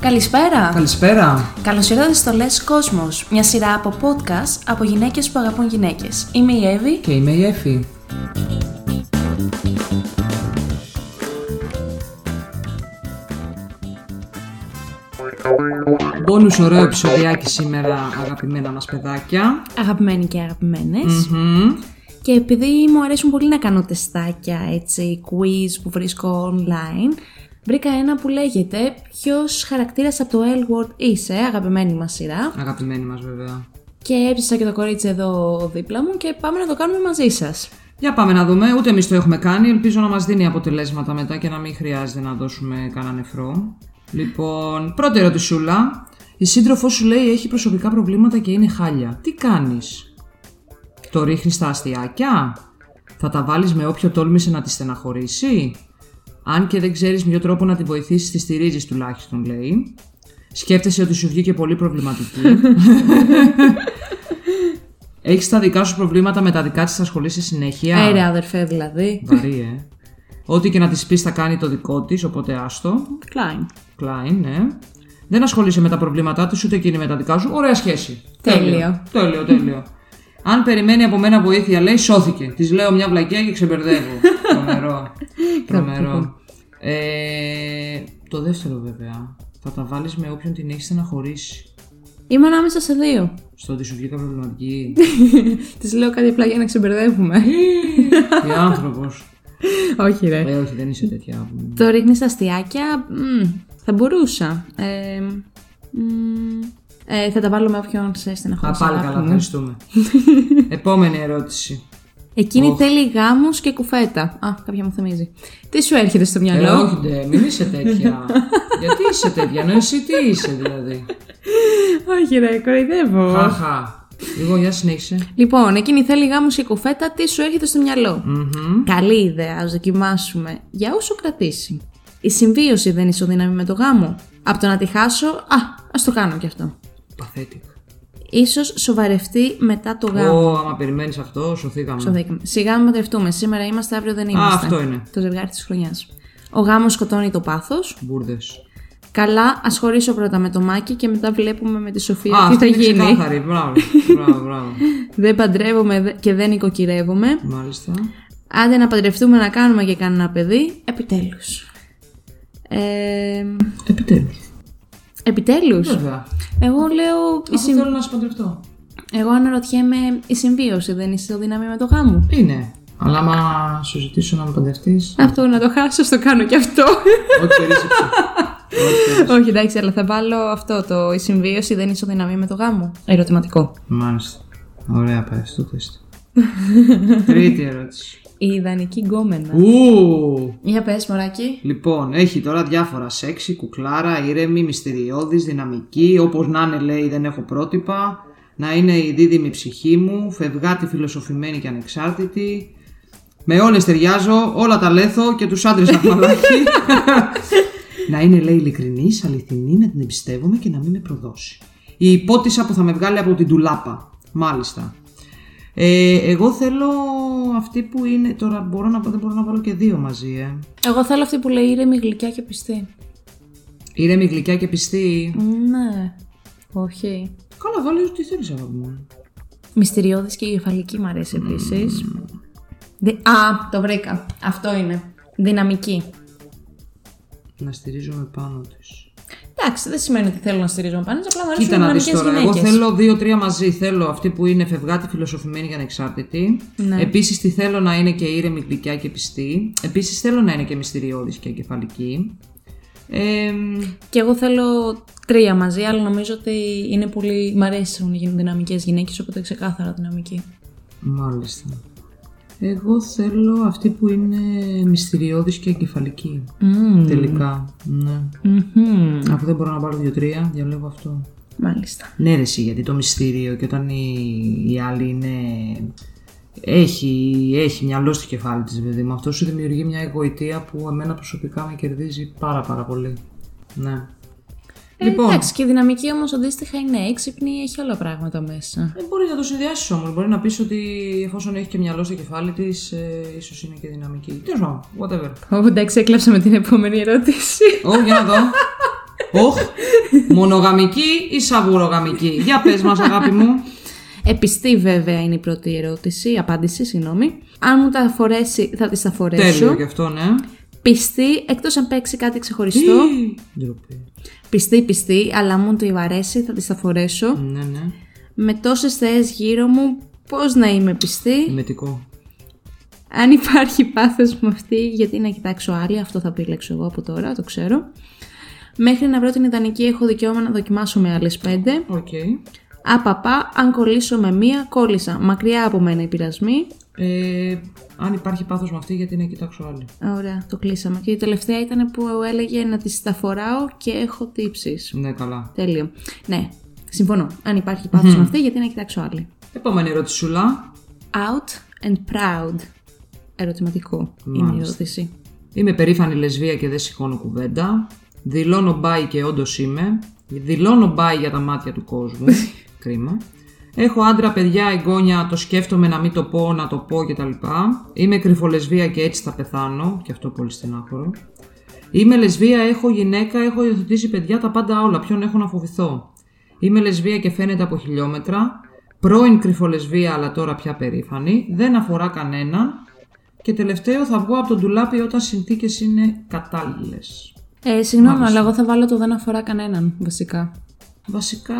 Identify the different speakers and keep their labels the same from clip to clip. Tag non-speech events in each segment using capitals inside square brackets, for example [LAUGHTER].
Speaker 1: Καλησπέρα!
Speaker 2: Καλησπέρα.
Speaker 1: Καλώς ήρθατε στο Λες Κόσμος, μια σειρά από podcast από γυναίκες που αγαπούν γυναίκες. Είμαι η Εύη.
Speaker 2: Και είμαι η Εφη. Μπόνους ωραίο επεισοδιάκι σήμερα, αγαπημένα μας παιδάκια.
Speaker 1: Αγαπημένοι και αγαπημένες.
Speaker 2: Μμμ.
Speaker 1: Και επειδή μου αρέσουν πολύ να κάνω τεστάκια, έτσι, quiz που βρίσκω online, βρήκα ένα που λέγεται Ποιος χαρακτήρας από το L Word είσαι, αγαπημένη μας σειρά.
Speaker 2: Αγαπημένοι μας βέβαια.
Speaker 1: Και έψασα και το κορίτσι εδώ δίπλα μου και πάμε να το κάνουμε μαζί σας.
Speaker 2: Για πάμε να δούμε, ούτε εμείς το έχουμε κάνει, ελπίζω να μας δίνει αποτελέσματα μετά και να μην χρειάζεται να δώσουμε κανένα νεφρό. Λοιπόν, πρώτη ερωτησούλα. Η σύντροφός σου λέει έχει προσωπικά προβλήματα και είναι χάλια. Τι κάνεις? Το ρίχνεις στα αστιάκια? Θα τα βάλεις με όποιο τόλμησε να τη στεναχωρήσει? Αν και δεν ξέρεις με ποιο τρόπο να τη βοηθήσεις, τη στηρίζεις τουλάχιστον λέει. Σκέφτεσαι ότι σου βγήκε πολύ προβληματική. Έχεις τα δικά σου προβλήματα με τα δικά της, θα ασχολείσαι συνέχεια.
Speaker 1: Αέρα, Ε, αδερφέ, δηλαδή.
Speaker 2: Βαρύ, ε. Ό,τι και να της πεις θα κάνει το δικό της, οπότε άστο.
Speaker 1: Κλάιν.
Speaker 2: Κλάιν, ναι. Δεν ασχολείσαι με τα προβλήματά της, ούτε εκείνη με τα δικά σου. Ωραία σχέση.
Speaker 1: Τέλειο.
Speaker 2: Τέλειο, τέλειο. Αν περιμένει από μένα βοήθεια, λέει, σώθηκε. Της λέω μια βλακιά και ξεμπερδεύω. Τρομερό. Τρομερό. Ε, το δεύτερο βέβαια. Θα τα βάλεις με όποιον την έχεις στεναχωρήσει.
Speaker 1: Είμαι ανάμεσα σε δύο.
Speaker 2: Στο ότι σου βγήκα προβληματική.
Speaker 1: Της λέω κάτι απλά για να [LAUGHS] ξεμπερδεύουμε.
Speaker 2: Τι άνθρωπος.
Speaker 1: Όχι, ρε.
Speaker 2: Ε, όχι, δεν είσαι τέτοια.
Speaker 1: Το ρίχνεις στα αστιάκια. μμμ, θα μπορούσα. Ε, μμ, ε, θα τα βάλω με όποιον σε
Speaker 2: Α,
Speaker 1: στεναχωρήσει.
Speaker 2: πάλι καλά, ευχαριστούμε. Επόμενη ερώτηση.
Speaker 1: Εκείνη θέλει γάμου και κουφέτα. Α, κάποια μου θυμίζει. Τι σου έρχεται στο
Speaker 2: Ε,
Speaker 1: μυαλό.
Speaker 2: όχι, ντε, μην είσαι [LAUGHS] τέτοια. Γιατί είσαι τέτοια, ενώ εσύ τι είσαι δηλαδή.
Speaker 1: όχι, ρε, κοροϊδεύω.
Speaker 2: Χαχα. Λοιπόν, για συνέχισε.
Speaker 1: Λοιπόν, εκείνη θέλει γάμου και κουφέτα. Τι σου έρχεται στο μυαλο Καλή ιδέα, ας δοκιμάσουμε. Για όσο κρατήσει. Η συμβίωση δεν ισοδύναμη με το γάμο. Από το να τη χάσω, α, ας το κάνω κι αυτό.
Speaker 2: Παθέτικ.
Speaker 1: Ίσως σοβαρευτεί μετά το γάμο.
Speaker 2: Ω, άμα περιμένεις αυτό, σωθήκαμε.
Speaker 1: Το δίκαμε. Σιγά μην παντρευτούμε. Σήμερα είμαστε, αύριο δεν είμαστε.
Speaker 2: Ναι. αυτό είναι.
Speaker 1: Το ζευγάρι της χρονιάς. Ο γάμος σκοτώνει το πάθος.
Speaker 2: Μπούρδε.
Speaker 1: Καλά, ας χωρίσω πρώτα με το μάκι και μετά βλέπουμε με τη Σοφία
Speaker 2: Α,
Speaker 1: τι
Speaker 2: αυτή
Speaker 1: θα
Speaker 2: είναι
Speaker 1: γίνει.
Speaker 2: ξεκάθαρη. Μπράβο, μπράβο, μπράβο.
Speaker 1: Δεν παντρεύομαι δε- και δεν οικοκυρεύομαι.
Speaker 2: Μάλιστα.
Speaker 1: Άντε να παντρευτούμε να κάνουμε και κανένα παιδί. Επιτέλους. Ε,
Speaker 2: Επιτέλους.
Speaker 1: Επιτέλους.
Speaker 2: Βέβαια.
Speaker 1: Εγώ λέω. η
Speaker 2: Ναι. Αυτό
Speaker 1: συμ-
Speaker 2: θέλω να σου παντρευτώ.
Speaker 1: Εγώ αναρωτιέμαι, η συμβίωση δεν είσαι δύναμη με το γάμο.
Speaker 2: Είναι. Αλλά άμα σου ζητήσω να με παντρευτείς.
Speaker 1: Αυτό να το χάσω, στο κάνω κι αυτό.
Speaker 2: Ό,τι περίσσεψε.
Speaker 1: Όχι, εντάξει, αλλά θα βάλω αυτό το. Η συμβίωση δεν ισοδυναμεί με το γάμο. Ερωτηματικό.
Speaker 2: Μάλιστα. Ωραία, πάει. Το [LAUGHS] τεστ. Τρίτη ερώτηση.
Speaker 1: Η ιδανική γκόμενα.
Speaker 2: Ου!
Speaker 1: Για πες, μωράκι.
Speaker 2: Λοιπόν, έχει τώρα διάφορα σεξι, κουκλάρα, ήρεμη, μυστηριώδης, δυναμική, όπως να είναι λέει δεν έχω πρότυπα, να είναι η δίδυμη ψυχή μου, φευγάτη φιλοσοφημένη και ανεξάρτητη, με όλες ταιριάζω, όλα τα λέθω και τους άντρες αχμαλάκι. να είναι λέει ειλικρινής, αληθινή, να την εμπιστεύομαι και να μην με προδώσει. Η υπότισα που θα με βγάλει από την τουλάπα, μάλιστα. Ε, εγώ θέλω αυτή που είναι, τώρα μπορώ να, δεν μπορώ να βάλω και δύο μαζί, ε.
Speaker 1: Εγώ θέλω αυτή που λέει ήρεμη, γλυκιά και πιστή.
Speaker 2: Ήρεμη, γλυκιά και πιστή.
Speaker 1: Ναι. Όχι.
Speaker 2: Καλά, βάλει ό,τι θέλεις, αγάπη μου.
Speaker 1: Μυστηριώδης και εγκεφαλική μ' αρέσει επίσης. Α, το βρήκα. Αυτό είναι. Δυναμική.
Speaker 2: Να στηρίζομαι πάνω της.
Speaker 1: Εντάξει, δεν σημαίνει ότι θέλω να στηρίζω πάνω, απλά μου αρέσουν
Speaker 2: Κοίτα να δει
Speaker 1: δυναμικέ
Speaker 2: τώρα. Εγώ
Speaker 1: γυναίκες.
Speaker 2: θέλω δύο-τρία μαζί. Θέλω αυτή που είναι φευγάτη, φιλοσοφημένη και ανεξάρτητη.
Speaker 1: Ναι.
Speaker 2: Επίσης τη θέλω να είναι και ήρεμη, γλυκιά και πιστή. Επίσης θέλω να είναι και μυστηριώδης και εγκεφαλική. Ε,
Speaker 1: Και εγώ θέλω τρία μαζί, αλλά νομίζω ότι είναι πολύ. Μ' αρέσουν οι δυναμικές γυναίκες, οπότε ξεκάθαρα δυναμική.
Speaker 2: μάλιστα. Εγώ θέλω αυτή που είναι μυστηριώδης και εγκεφαλική.
Speaker 1: Μμμ.
Speaker 2: Τελικά. Ναι.
Speaker 1: Μμμ.
Speaker 2: Αφού δεν μπορώ να πάρω δύο-τρία, διαλέγω αυτό.
Speaker 1: Μάλιστα.
Speaker 2: Ναι, ρε, εσύ, γιατί το μυστήριο και όταν η, η άλλη είναι. Έχει, έχει μυαλό στο κεφάλι της, παιδί μου. Αυτό σου δημιουργεί μια εγωιτεία που εμένα προσωπικά με κερδίζει πάρα πάρα πολύ. Ναι. Λοιπόν,
Speaker 1: Ε, Εντάξει, και η δυναμική όμως αντίστοιχα είναι έξυπνη, έχει όλα πράγματα μέσα.
Speaker 2: Δεν μπορεί ε, να το συνδυάσεις όμως. Μπορεί να πεις ότι εφόσον έχει και μυαλό στο κεφάλι της, ε, ίσως είναι και δυναμική. Τέλος πάντων, whatever.
Speaker 1: Ω, εντάξει, έκλαψα με την επόμενη ερώτηση.
Speaker 2: Ω, για να δω. Οχ, μονογαμική ή σαβουρογαμική. Για πες μας αγάπη μου.
Speaker 1: Επιστή βέβαια είναι η πρώτη ερώτηση, απάντηση, συγγνώμη. Αν μου τα αφορέσει, θα τις
Speaker 2: Τέλειο
Speaker 1: αφορέσω.
Speaker 2: κι αυτό, ναι.
Speaker 1: Πιστή, εκτός αν παίξει κάτι ξεχωριστό.
Speaker 2: Ντροπή.
Speaker 1: πιστή, πιστή, αλλά αν μου το αρέσει, θα τις αφορέσω.
Speaker 2: Ναι, ναι.
Speaker 1: Με τόσες θεές γύρω μου, πώς να είμαι πιστή.
Speaker 2: Μετικό.
Speaker 1: Αν υπάρχει πάθος μου αυτή, γιατί να κοιτάξω άλλη, αυτό θα επιλέξω εγώ από τώρα, το ξέρω. Μέχρι να βρω την ιδανική, έχω δικαίωμα να δοκιμάσω με άλλες πέντε.
Speaker 2: Οκ.
Speaker 1: Απαπά, αν κολλήσω με μία, κόλλησα. Μακριά από μένα οι πειρασμοί.
Speaker 2: Ε, αν υπάρχει πάθος με αυτή, γιατί να κοιτάξω άλλη.
Speaker 1: Ωραία, το κλείσαμε. Και η τελευταία ήταν που έλεγε να τη τα φοράω και έχω τύψεις.
Speaker 2: Ναι, καλά.
Speaker 1: Τέλειο. Ναι, συμφωνώ. Αν υπάρχει πάθος με αυτή, γιατί να κοιτάξω άλλη.
Speaker 2: Επόμενη ερώτηση σουλά.
Speaker 1: Out and proud. Ερωτηματικό είναι η
Speaker 2: Μάλιστα.
Speaker 1: ερώτηση.
Speaker 2: Είμαι περήφανη λεσβία και δεν σηκώνω κουβέντα. Δηλώνω μπάι και όντως είμαι. Δηλώνω μπάι για τα μάτια του κόσμου. Κρίμα. Έχω άντρα, παιδιά, εγγόνια, το σκέφτομαι να μην το πω, να το πω κτλ. Είμαι κρυφολεσβία και έτσι θα πεθάνω. Και αυτό πολύ στενάχωρο. Είμαι λεσβία, έχω γυναίκα, έχω υιοθετήσει παιδιά, τα πάντα όλα. Ποιον έχω να φοβηθώ. Είμαι λεσβία και φαίνεται από χιλιόμετρα. Πρώην κρυφολεσβία, αλλά τώρα πια περήφανη. Δεν αφορά κανέναν. Και τελευταίο θα βγω από τον ντουλάπι όταν συνθήκες είναι κατάλληλες.
Speaker 1: Ε, συγγνώμη, αλλά εγώ θα βάλω το δεν αφορά κανέναν, βασικά.
Speaker 2: Βασικά.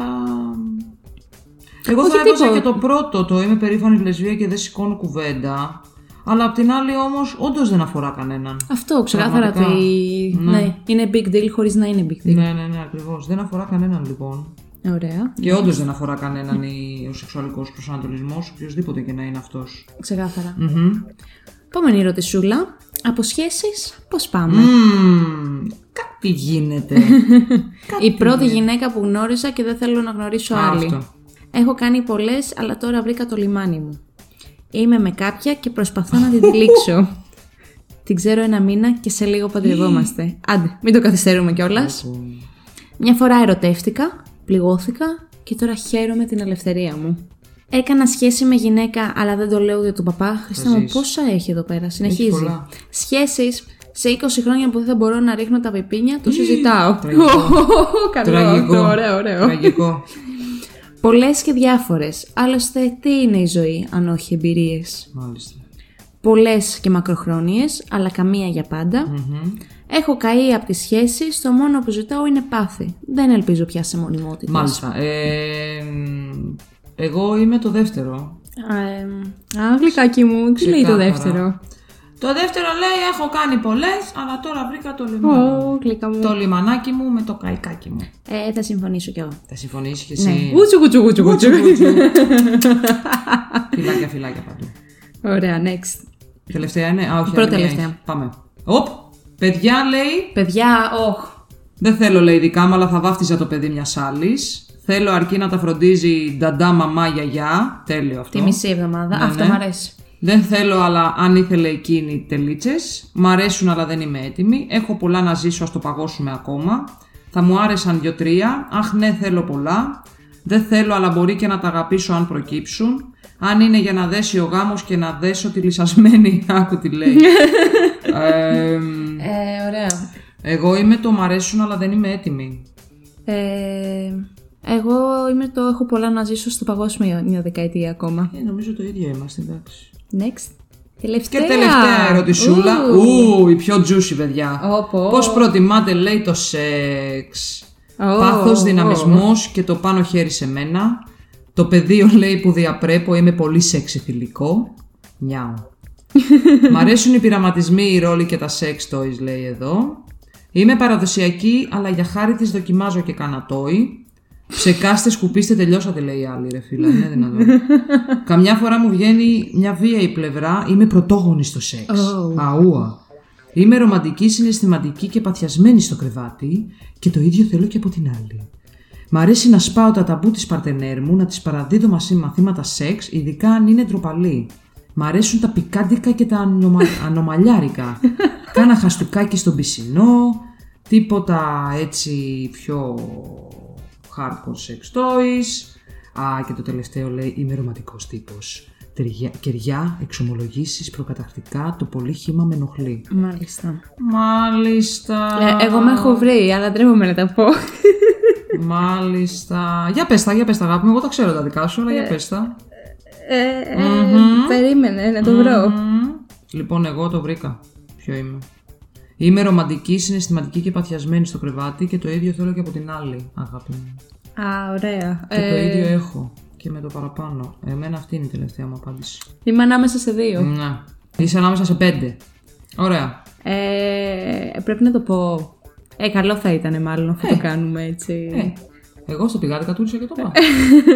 Speaker 2: Εγώ
Speaker 1: Όχι
Speaker 2: θα έβαζα
Speaker 1: τίποτα.
Speaker 2: και το πρώτο, το είμαι περήφανη λεσβία και δεν σηκώνω κουβέντα. Αλλά απ' την άλλη όμως, όντως δεν αφορά κανέναν.
Speaker 1: Αυτό, ξεκάθαρα ότι.
Speaker 2: Πραγματικά.
Speaker 1: Ναι. είναι big deal χωρίς να είναι big deal.
Speaker 2: Ναι, ναι, ναι, ακριβώς. Δεν αφορά κανέναν λοιπόν.
Speaker 1: Ωραία.
Speaker 2: Και όντως δεν αφορά κανέναν η- ο σεξουαλικός προσανατολισμός, οποιοδήποτε και να είναι αυτός.
Speaker 1: Ξεκάθαρα. Επόμενη ερωτησούλα. Από σχέσεις, πώς πάμε.
Speaker 2: κάτι γίνεται.
Speaker 1: Η πρώτη γυναίκα που γνώρισα και δεν θέλω να γνωρίσω
Speaker 2: Α,
Speaker 1: άλλη.
Speaker 2: [LAUGHS] αυτό.
Speaker 1: Έχω κάνει πολλές, αλλά τώρα βρήκα το λιμάνι μου. Είμαι με κάποια και προσπαθώ να την
Speaker 2: [LAUGHS]
Speaker 1: τυλίξω. την ξέρω ένα μήνα και σε λίγο παντρευόμαστε. Άντε, μην το καθυστερούμε κιόλας. Μια φορά ερωτεύτηκα, πληγώθηκα και τώρα χαίρομαι την ελευθερία μου. Έκανα σχέση με γυναίκα, αλλά δεν το λέω για τον παπά. Χριστέ μου,
Speaker 2: ζεις.
Speaker 1: πόσα έχει εδώ πέρα, συνεχίζει.
Speaker 2: πολλά.
Speaker 1: Σχέσεις σε 20 χρόνια που δεν θα μπορώ να ρίχνω τα πεπίνια, το συζητάω. [LAUGHS]
Speaker 2: Τραγικό.
Speaker 1: Καλό
Speaker 2: Τραγικό.
Speaker 1: αυτό, ωραίο, ωραίο.
Speaker 2: Τραγικό.
Speaker 1: Πολλές και διάφορες. Άλλωστε, τι είναι η ζωή, αν όχι εμπειρίες.
Speaker 2: Μάλιστα.
Speaker 1: Πολλές και μακροχρόνιες, αλλά καμία για πάντα. Έχω καεί από τη σχέση, στο μόνο που ζητάω είναι πάθη. Δεν ελπίζω πια σε μονιμότητα.
Speaker 2: Μάλιστα. Ε, μ, εγώ είμαι το δεύτερο.
Speaker 1: Ε, α, γλυκάκι μου, τι λέει το
Speaker 2: Ξεκάθαρα.
Speaker 1: δεύτερο.
Speaker 2: Το δεύτερο λέει έχω κάνει πολλές, αλλά τώρα βρήκα το λιμάνι.
Speaker 1: Ω, γλυκά μου.
Speaker 2: Το λιμανάκι μου με το καϊκάκι μου.
Speaker 1: Ε, θα συμφωνήσω κι εγώ.
Speaker 2: Θα συμφωνήσεις και εσύ.
Speaker 1: Γουτσου, γουτσου, γουτσου, γουτσου.
Speaker 2: Φυλάκια, φυλάκια παντού.
Speaker 1: Ωραία, next.
Speaker 2: Τελευταία είναι. Α, όχι.
Speaker 1: Πρώτη
Speaker 2: άλλη μία
Speaker 1: τελευταία.
Speaker 2: έχεις. Πάμε. Οπ! Παιδιά λέει,
Speaker 1: Παιδιά, όχ.
Speaker 2: δεν θέλω λέει δικά μου, αλλά θα βάφτιζα το παιδί μιας άλλης. Θέλω αρκεί να τα φροντίζει νταντά, μαμά, γιαγιά. Τέλειο αυτό.
Speaker 1: Τη μισή εβδομάδα. Αυτό
Speaker 2: ναι.
Speaker 1: μου αρέσει.
Speaker 2: Δεν θέλω, αλλά αν ήθελε εκείνη τελίτσες. Μ' αρέσουν, αλλά δεν είμαι έτοιμη. Έχω πολλά να ζήσω, ας το παγώσουμε ακόμα. Θα μου άρεσαν δύο-τρία. Αχ, ναι, θέλω πολλά. Δεν θέλω, αλλά μπορεί και να τα αγαπήσω αν προκύψουν. Αν είναι για να δέσει ο γάμος και να δέσω τη λυσασμένη, [LAUGHS] άκου τι λέει. Ε,
Speaker 1: Ε, ωραία.
Speaker 2: εγώ είμαι το μ' αρέσουν, αλλά δεν είμαι έτοιμη.
Speaker 1: Ε, εγώ είμαι το έχω πολλά να ζήσω στο παγκόσμιο μια δεκαετία ακόμα.
Speaker 2: Ε, νομίζω το ίδιο είμαστε, εντάξει.
Speaker 1: Next. Τελευταία.
Speaker 2: Και τελευταία ερωτησούλα.
Speaker 1: Ου.
Speaker 2: Ου, η πιο juicy, παιδιά.
Speaker 1: Όπο.
Speaker 2: Πώς προτιμάτε, λέει, το σεξ.
Speaker 1: Ω.
Speaker 2: Πάθος, δυναμισμός και το πάνω χέρι σε μένα. Το πεδίο, λέει, που διαπρέπω, είμαι πολύ σεξι θηλυκό.
Speaker 1: [LAUGHS]
Speaker 2: Νιάου. Μ' αρέσουν οι πειραματισμοί, οι ρόλοι και τα sex toys, λέει εδώ. Είμαι παραδοσιακή, αλλά για χάρη της δοκιμάζω και κάνα toy. Ψεκάστε, σκουπίστε, τελειώσατε, λέει η άλλη, ρε φίλα. Είναι δυνατόν. Καμιά φορά μου βγαίνει μια βίαιη πλευρά. Είμαι πρωτόγονη στο σεξ.
Speaker 1: Oh.
Speaker 2: Αούα. Είμαι ρομαντική, συναισθηματική και παθιασμένη στο κρεβάτι και το ίδιο θέλω και από την άλλη. Μ' αρέσει να σπάω τα ταμπού της παρτενέρ μου, να τη παραδίδω μαζί μαθήματα σεξ, ειδικά αν είναι ντροπαλή. Μ' αρέσουν τα πικάντικα και τα ανομα... ανομαλιάρικα. Κάνα χαστούκάκι στον πισινό, τίποτα έτσι πιο hardcore sex toys. Α, και το τελευταίο λέει είμαι ρομαντικός τύπος.
Speaker 3: Τυριά- κεριά, εξομολογήσεις, προκαταρκτικά, το πολύ χύμα με ενοχλεί.
Speaker 1: Μάλιστα.
Speaker 2: Μάλιστα.
Speaker 1: [LAUGHS] Ε, εγώ με έχω βρει, αλλά ντρέπομαι να τα πω.
Speaker 2: Μάλιστα. Για πες τα, για πες τα αγάπη μου. Εγώ τα ξέρω τα δικά σου, αλλά για πες τα.
Speaker 1: [LAUGHS] Ε, ε, Περίμενε να το βρω.
Speaker 2: Μμμ. Λοιπόν, εγώ το βρήκα. Ποιο είμαι. Είμαι ρομαντική, συναισθηματική και παθιασμένη στο κρεβάτι και το ίδιο θέλω και από την άλλη, αγάπη μου.
Speaker 1: Α, ωραία.
Speaker 2: Και το
Speaker 1: Ε,
Speaker 2: ίδιο έχω και με το παραπάνω. Εμένα αυτή είναι η τελευταία μου απάντηση.
Speaker 1: είμαι ανάμεσα σε δύο.
Speaker 2: Ναι. Είσαι ανάμεσα σε πέντε. Ωραία.
Speaker 1: Ε, πρέπει να το πω. Ε, καλό θα ήταν μάλλον αφού το κάνουμε έτσι.
Speaker 2: Ε, εγώ στο πηγάδι κατούρισα και το πάω.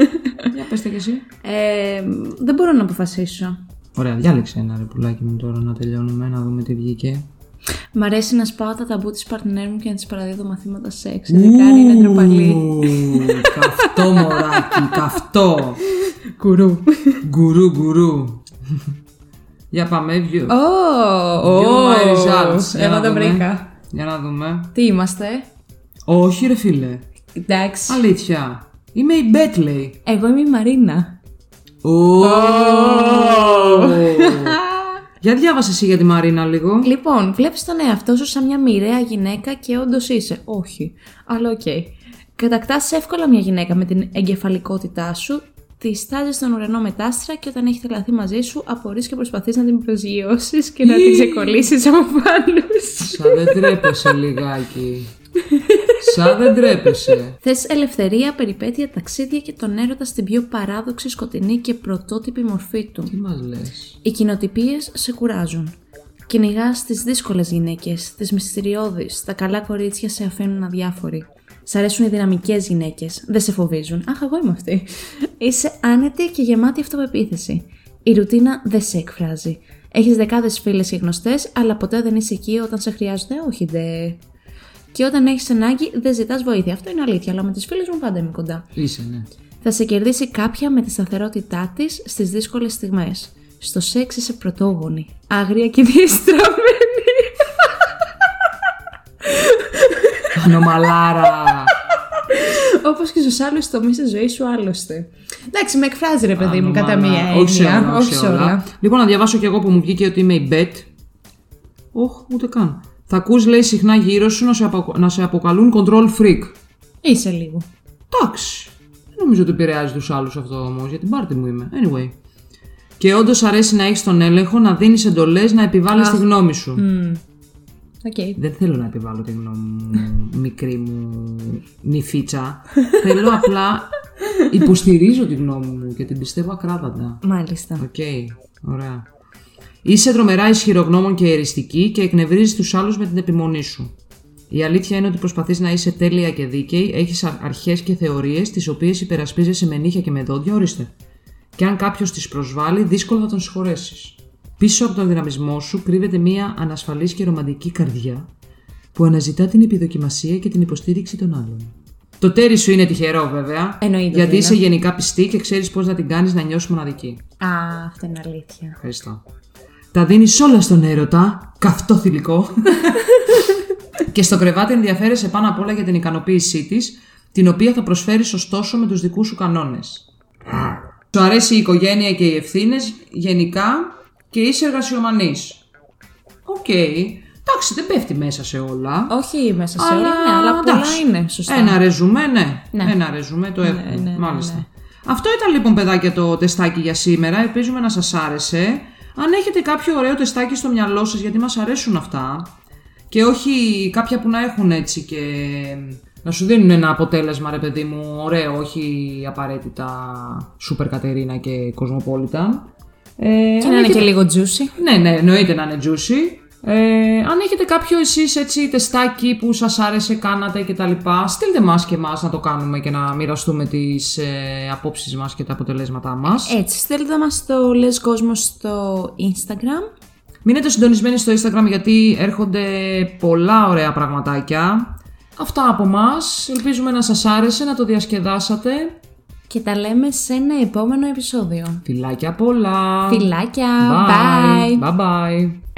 Speaker 2: [LAUGHS] για πες τα κι εσύ.
Speaker 1: Ε, δεν μπορώ να αποφασίσω.
Speaker 2: Ωραία, διάλεξε ένα ρε πουλάκι μου τώρα να τελειώνουμε, να δούμε τι βγήκε.
Speaker 1: Μ' αρέσει να σπάω τα ταμπού της παρτινέρ μου και να της παραδίδω μαθήματα σεξ. Ειδικά αν είναι ντροπαλή.
Speaker 2: Ου, καυτό μωράκι, καυτό.
Speaker 1: Κουρού.
Speaker 2: Γκουρού, γκουρού. Για πάμε, view.
Speaker 1: Ω!
Speaker 2: View
Speaker 1: ω,
Speaker 2: my results. Για
Speaker 1: Εγώ
Speaker 2: να
Speaker 1: το
Speaker 2: δούμε.
Speaker 1: βρήκα.
Speaker 2: Για να δούμε.
Speaker 1: Τι είμαστε.
Speaker 2: Όχι ρε φίλε,
Speaker 1: Εντάξει.
Speaker 2: αλήθεια. Είμαι η Μπέτλεϊ.
Speaker 1: Εγώ είμαι η Μαρίνα.
Speaker 2: Ω. [LAUGHS] Για διάβασε εσύ για τη Μαρίνα λίγο.
Speaker 1: Λοιπόν, βλέπεις τον εαυτό σου σαν μια μοιραία γυναίκα και όντως είσαι. Όχι, αλλά οκ. Κατακτάς εύκολα μια γυναίκα με την εγκεφαλικότητά σου, τη στάζεις στον ουρανό μετάστρα και όταν έχει τρελαθεί μαζί σου, απορρεί και προσπαθείς να την προσγειώσεις και να την ξεκολλήσεις από πάνω σου.
Speaker 2: Σαν δεν τρέπεσαι λιγάκι. Σαν δεν τρέπεσαι.
Speaker 1: Θες ελευθερία, περιπέτεια, ταξίδια και τον έρωτα στην πιο παράδοξη, σκοτεινή και πρωτότυπη μορφή του.
Speaker 2: Τι μας λες.
Speaker 1: Οι κοινοτυπίες σε κουράζουν. Κυνηγά τις δύσκολες γυναίκες, τις μυστηριώδεις, τα καλά κορίτσια σε αφήνουν αδιάφοροι. Σ' αρέσουν οι δυναμικές γυναίκες, δεν σε φοβίζουν. Αχ, εγώ είμαι αυτή. Είσαι άνετη και γεμάτη αυτοπεποίθηση. Η ρουτίνα δεν σε εκφράζει. Έχεις δεκάδες φίλες και γνωστές, αλλά ποτέ δεν είσαι εκεί όταν σε χρειάζονται. Όχι, δε. Και όταν έχεις ανάγκη, δεν ζητάς βοήθεια. Αυτό είναι αλήθεια, αλλά με τις φίλες μου πάντα είμαι κοντά.
Speaker 2: Είσαι, ναι.
Speaker 1: Θα σε κερδίσει κάποια με τη σταθερότητά της στις δύσκολες στιγμές. Στο σεξ είσαι πρωτόγονη. Άγρια και [LAUGHS] διεστραμμένη.
Speaker 2: Ανομαλάρα.
Speaker 1: Όπως και στους άλλους τομεί τη ζωή σου, άλλωστε. Εντάξει, με εκφράζει ρε παιδί μου κατά
Speaker 2: Ανομαλάρα.
Speaker 1: μία έννοια.
Speaker 2: Όχι σε όλα, όχι σε όλα. Λοιπόν, να διαβάσω κι εγώ που μου βγήκε ότι είμαι η Bet. Όχ, ούτε καν. Θα ακούς, λέει, συχνά γύρω σου να σε, απο- να σε αποκαλούν control freak.
Speaker 1: Είσαι λίγο.
Speaker 2: Εντάξει. Δεν νομίζω ότι επηρεάζει τους άλλους αυτό όμως, για την πάρτη μου είμαι. Anyway. Και όντως αρέσει να έχεις τον έλεγχο, να δίνεις εντολές, να επιβάλλεις τη γνώμη σου.
Speaker 1: Οκ.
Speaker 2: Δεν θέλω να επιβάλλω τη γνώμη μου, μικρή μου νυφίτσα. θέλω απλά υποστηρίζω τη γνώμη μου και την πιστεύω ακράδαντα.
Speaker 1: Μάλιστα.
Speaker 2: Οκ, ωραία. Είσαι τρομερά ισχυρογνώμων και εριστική και εκνευρίζεις τους άλλους με την επιμονή σου. Η αλήθεια είναι ότι προσπαθείς να είσαι τέλεια και δίκαιη, έχεις αρχές και θεωρίες τις οποίες υπερασπίζεσαι με νύχια και με δόντια, ορίστε. Και αν κάποιος τις προσβάλλει, δύσκολα θα τον συγχωρέσεις. Πίσω από τον δυναμισμό σου κρύβεται μια ανασφαλής και ρομαντική καρδιά που αναζητά την επιδοκιμασία και την υποστήριξη των άλλων. Το τέρι σου είναι τυχερό, βέβαια.
Speaker 1: Εννοείται ότι
Speaker 2: γιατί
Speaker 1: είναι.
Speaker 2: είσαι γενικά πιστή και ξέρεις πώς να την κάνεις να νιώσεις μοναδική.
Speaker 1: Α, αυτό είναι αλήθεια.
Speaker 2: Ευχαριστώ. Τα δίνεις όλα στον έρωτα, καυτό θηλυκό. και στο κρεβάτι ενδιαφέρεσαι πάνω απ' όλα για την ικανοποίησή της, την οποία θα προσφέρεις ωστόσο με τους δικούς σου κανόνες. Σου αρέσει η οικογένεια και οι ευθύνες γενικά και είσαι εργασιομανής. Οκ. Εντάξει, δεν πέφτει μέσα σε όλα.
Speaker 1: Όχι μέσα σε όλα, ναι, αλλά πολλά
Speaker 2: εντάξει.
Speaker 1: είναι. Σωστά.
Speaker 2: Ένα ρεζουμέ, ναι.
Speaker 1: Ναι.
Speaker 2: Ένα ρεζουμέ το έχουμε.
Speaker 1: ναι, ναι,
Speaker 2: Μάλιστα. Αυτό ήταν λοιπόν, παιδάκια, το τεστάκι για σήμερα. Ελπίζουμε να σας άρεσε. Αν έχετε κάποιο ωραίο τεστάκι στο μυαλό σας, γιατί μας αρέσουν αυτά. Και όχι κάποια που να έχουν έτσι και. Να σου δίνουν ένα αποτέλεσμα, ρε παιδί μου, ωραίο, όχι απαραίτητα Σούπερ Κατερίνα και Κοσμοπόλιταν. Ε,
Speaker 1: Και να είναι και λίγο juicy.
Speaker 2: ναι, ναι, εννοείται να είναι juicy. Ε, αν έχετε κάποιο εσείς έτσι τεστάκι που σας άρεσε, κάνατε και τα λοιπά, στείλτε μας και μας να το κάνουμε και να μοιραστούμε τις ε, απόψεις μας και τα αποτελέσματά μας.
Speaker 1: Έτσι, στέλνετε μας το λες κόσμος στο Instagram.
Speaker 2: Μείνετε συντονισμένοι στο Instagram γιατί έρχονται πολλά ωραία πραγματάκια. Αυτά από μας. Ελπίζουμε να σας άρεσε, να το διασκεδάσατε.
Speaker 1: Και τα λέμε σε ένα επόμενο επεισόδιο.
Speaker 2: Φιλάκια πολλά.
Speaker 1: Φιλάκια. Bye.
Speaker 2: Bye bye.